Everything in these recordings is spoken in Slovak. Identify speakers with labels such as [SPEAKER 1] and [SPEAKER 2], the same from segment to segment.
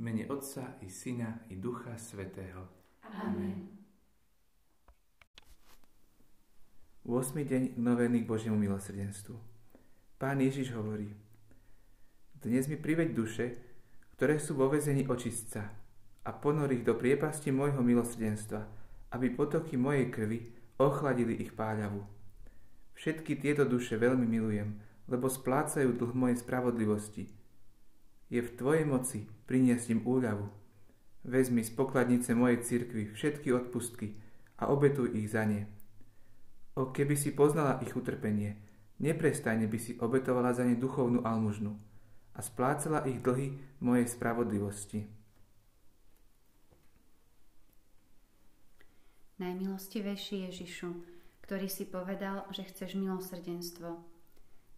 [SPEAKER 1] mene Otca i Syna i Ducha Svetého.
[SPEAKER 2] Amen.
[SPEAKER 1] 8. deň novený k Božiemu milosrdenstvu. Pán Ježiš hovorí, Dnes mi priveď duše, ktoré sú vo vezení očistca a ponor ich do priepasti môjho milosrdenstva, aby potoky mojej krvi ochladili ich páľavu. Všetky tieto duše veľmi milujem, lebo splácajú dlh mojej spravodlivosti. Je v Tvojej moci priniesť im úľavu. Vezmi z pokladnice mojej cirkvi všetky odpustky a obetuj ich za ne. O keby si poznala ich utrpenie, neprestajne by si obetovala za ne duchovnú almužnu a splácala ich dlhy mojej spravodlivosti.
[SPEAKER 2] Najmilostivejší Ježišu, ktorý si povedal, že chceš milosrdenstvo,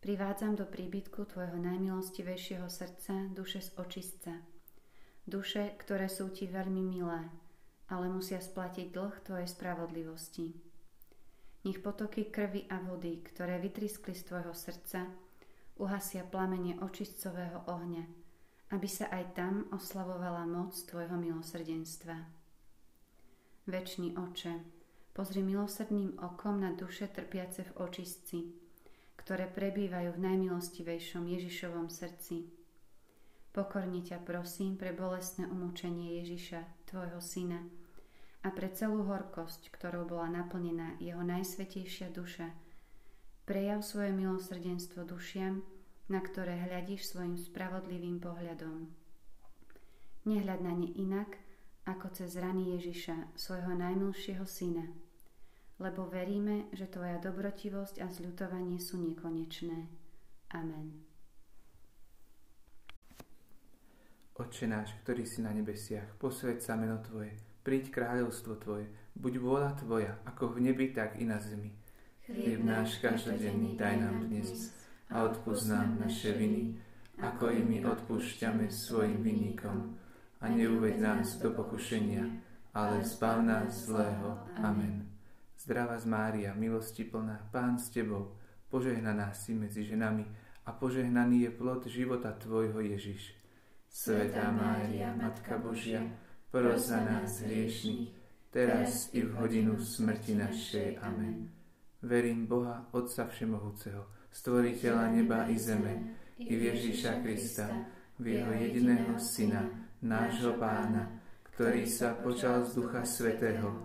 [SPEAKER 2] privádzam do príbytku Tvojho najmilostivejšieho srdca duše z očistca. Duše, ktoré sú Ti veľmi milé, ale musia splatiť dlh Tvojej spravodlivosti. Nech potoky krvi a vody, ktoré vytriskli z tvojho srdca, uhasia plamene očistcového ohňa, aby sa aj tam oslavovala moc tvojho milosrdenstva. Večný oče, pozri milosrdným okom na duše trpiace v očistci, ktoré prebývajú v najmilostivejšom Ježišovom srdci. Pokorne ťa prosím pre bolestné umúčenie Ježiša, tvojho syna, a pre celú horkosť, ktorou bola naplnená jeho najsvetejšia duša. Prejav svoje milosrdenstvo dušiam, na ktoré hľadíš svojim spravodlivým pohľadom. Nehľad na ne inak, ako cez rany Ježiša, svojho najmilšieho syna, lebo veríme, že tvoja dobrotivosť a zľutovanie sú nekonečné. Amen.
[SPEAKER 1] Oče náš, ktorý si na nebesiach, posved sa meno Tvoje, príď kráľovstvo Tvoje, buď vôľa Tvoja, ako v nebi, tak i na zemi.
[SPEAKER 3] Chlieb náš každodenný daj nám dnes a odpúsť nám naše viny, ako i my odpúšťame svojim vinníkom. A neuved nás do pokušenia, ale zbav nás zlého. Amen.
[SPEAKER 1] Zdravá z Mária, milosti plná, Pán s Tebou, požehnaná si medzi ženami a požehnaný je plod života Tvojho Ježiš.
[SPEAKER 3] Svetá Mária, Matka Božia, pros za nás hriešných, teraz i v hodinu smrti našej. Amen.
[SPEAKER 1] Verím Boha, Otca Všemohúceho, Stvoriteľa neba i zeme, i v Ježíša Krista, v Jeho jediného Syna, nášho Pána, ktorý sa počal z Ducha Svetého,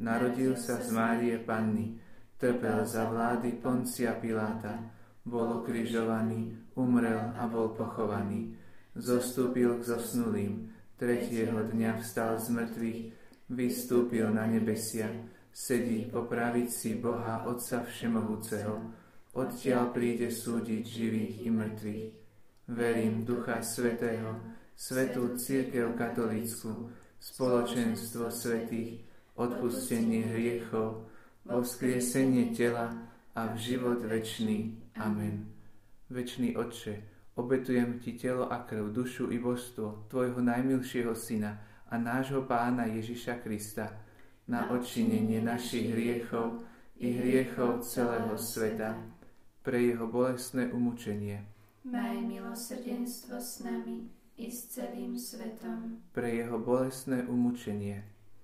[SPEAKER 1] narodil sa z Márie Panny, trpel za vlády Poncia Piláta, bol ukrižovaný, umrel a bol pochovaný, zostúpil k zosnulým, tretieho dňa vstal z mŕtvych, vystúpil na nebesia, sedí po pravici Boha Otca Všemohúceho, odtiaľ príde súdiť živých i mŕtvych. Verím Ducha Svetého, Svetú Církev Katolícku, spoločenstvo svetých, odpustenie hriechov, voskriesenie tela a v život večný. Amen. Večný Otče, Obetujem ti telo a krv, dušu i božstvo tvojho najmilšieho syna a nášho pána Ježiša Krista na odčinenie našich hriechov i hriechov celého sveta pre jeho bolestné umúčenie.
[SPEAKER 3] Maj milosrdenstvo s nami i s celým svetom.
[SPEAKER 1] Pre jeho bolestné umúčenie.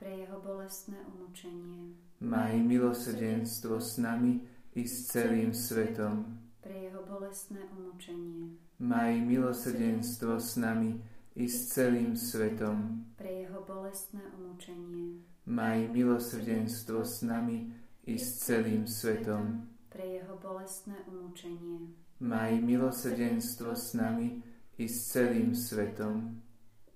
[SPEAKER 2] pre jeho bolestné umúčenie,
[SPEAKER 1] Maj milosrdenstvo s nami i s celým svetom.
[SPEAKER 2] pre jeho bolestné umúčenie,
[SPEAKER 1] Maj milosrdenstvo s nami i s celým svetom.
[SPEAKER 2] pre jeho bolestné umúčenie,
[SPEAKER 1] Maj milosrdenstvo s nami i s celým svetom.
[SPEAKER 2] pre jeho bolestné umúčenie,
[SPEAKER 1] Maj milosrdenstvo s nami i s celým svetom.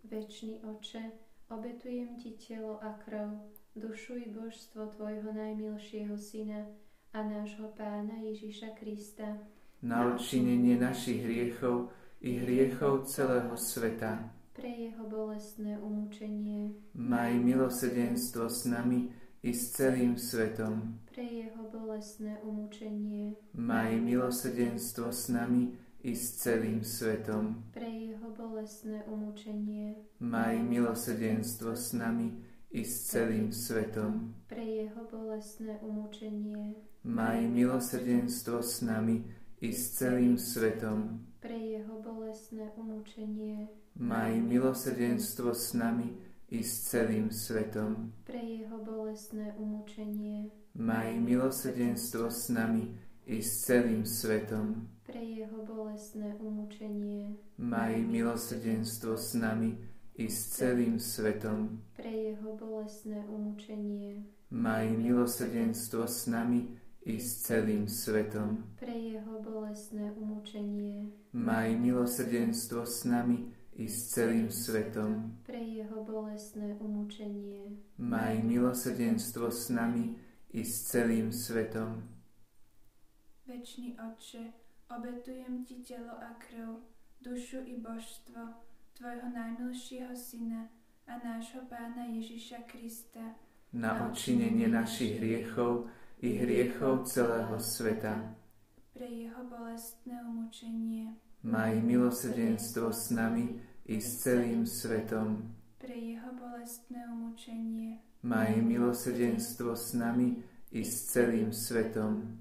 [SPEAKER 4] Večný oče, obetujem ti telo a krv, dušu i božstvo tvojho najmilšieho syna a nášho pána Ježiša Krista.
[SPEAKER 1] na odčinenie našich hriechov i hriechov celého sveta.
[SPEAKER 4] Pre jeho bolestné um- umúčenie,
[SPEAKER 1] Maj milosrdenstvo s nami i s celým svetom.
[SPEAKER 4] pre jeho bolestné umúčenie,
[SPEAKER 1] Maj milosrdenstvo s nami i s celým svetom.
[SPEAKER 4] pre jeho bolestné umúčenie,
[SPEAKER 1] Maj milosrdenstvo s nami i s celým svetom.
[SPEAKER 4] pre jeho bolestné umúčenie,
[SPEAKER 1] Maj milosrdenstvo s nami i s celým svetom.
[SPEAKER 4] pre jeho bolestné umúčenie,
[SPEAKER 1] Maj milosrdenstvo s nami i s celým svetom.
[SPEAKER 4] pre jeho bolestné umúčenie,
[SPEAKER 1] Maj milosrdenstvo s nami i s celým svetom.
[SPEAKER 4] pre jeho bolestné umúčenie,
[SPEAKER 1] Maj milosrdenstvo s nami i s celým svetom.
[SPEAKER 4] pre jeho bolestné umúčenie,
[SPEAKER 1] Maj milosrdenstvo s nami i s celým svetom.
[SPEAKER 4] pre jeho bolestné umúčenie,
[SPEAKER 1] Maj milosrdenstvo s nami i s celým svetom.
[SPEAKER 4] pre jeho bolestné umúčenie,
[SPEAKER 1] Maj milosrdenstvo s nami i s celým svetom.
[SPEAKER 3] Večný Otče, obetujem Ti telo a krv, dušu i božstvo Tvojho najmilšieho Syna a nášho Pána Ježiša Krista,
[SPEAKER 1] Na odčinenie našich hriechov i hriechov celého sveta.
[SPEAKER 3] pre Jeho bolestné umúčenie,
[SPEAKER 1] Maj milosrdenstvo s nami i s celým svetom.
[SPEAKER 3] pre Jeho bolestné umúčenie,
[SPEAKER 1] Maj milosrdenstvo s nami i s celým svetom.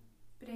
[SPEAKER 3] pre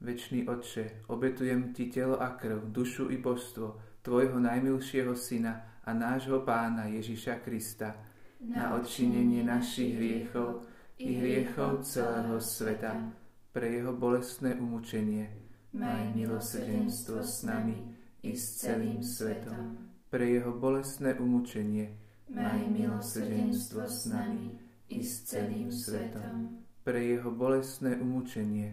[SPEAKER 1] Večný Otče, obetujem Ti telo a krv, dušu i božstvo Tvojho najmilšieho Syna a nášho Pána Ježiša Krista na odčinenie našich hriechov i hriechov celého sveta pre Jeho bolestné umúčenie
[SPEAKER 3] maj milosrdenstvo s nami
[SPEAKER 1] i s celým svetom pre Jeho bolestné umúčenie
[SPEAKER 3] maj milosrdenstvo s nami i s celým svetom,
[SPEAKER 1] pre jeho bolestné umúčenie,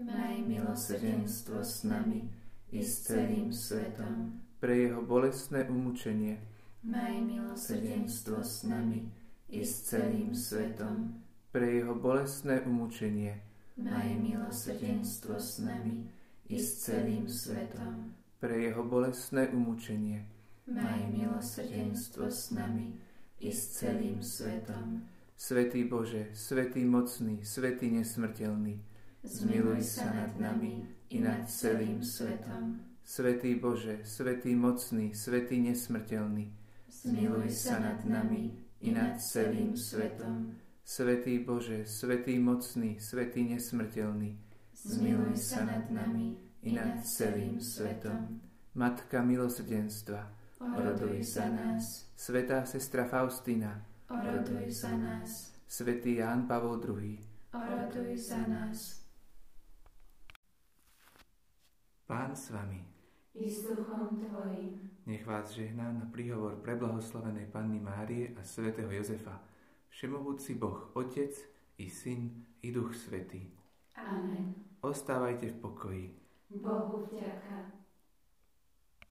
[SPEAKER 3] Maj milosrdenstvo s nami
[SPEAKER 1] i s celým svetom. Pre jeho bolestné umúčenie
[SPEAKER 3] maj milosrdenstvo s nami i s celým svetom.
[SPEAKER 1] Pre jeho bolestné umúčenie
[SPEAKER 3] Maj milosrdenstvo s nami i s celým svetom.
[SPEAKER 1] Pre jeho bolestné umúčenie
[SPEAKER 3] Maj milosrdenstvo s nami i s celým svetom.
[SPEAKER 1] Svetý Bože, Svetý mocný, Svetý nesmrteľný,
[SPEAKER 3] zmiluj sa nad nami i nad celým svetom.
[SPEAKER 1] Svetý Bože, Svetý mocný, Svetý nesmrteľný,
[SPEAKER 3] zmiluj sa nad nami i nad celým svetom.
[SPEAKER 1] Svetý Bože, Svetý mocný, Svetý nesmrteľný,
[SPEAKER 3] zmiluj sa nad nami i nad celým svetom.
[SPEAKER 1] Matka milosrdenstva,
[SPEAKER 3] oroduj za nás.
[SPEAKER 1] Svetá sestra Faustina,
[SPEAKER 3] oroduj za nás.
[SPEAKER 1] Svetý Ján Pavol II,
[SPEAKER 3] oroduj za nás.
[SPEAKER 1] Pán s vami.
[SPEAKER 3] I s duchom tvojim.
[SPEAKER 1] Nech vás žehná na príhovor preblahoslovenej Panny Márie a svätého Jozefa, Všemohúci Boh, Otec i Syn i Duch Svetý.
[SPEAKER 3] Amen.
[SPEAKER 1] Ostávajte v pokoji.
[SPEAKER 3] Bohu vďaka.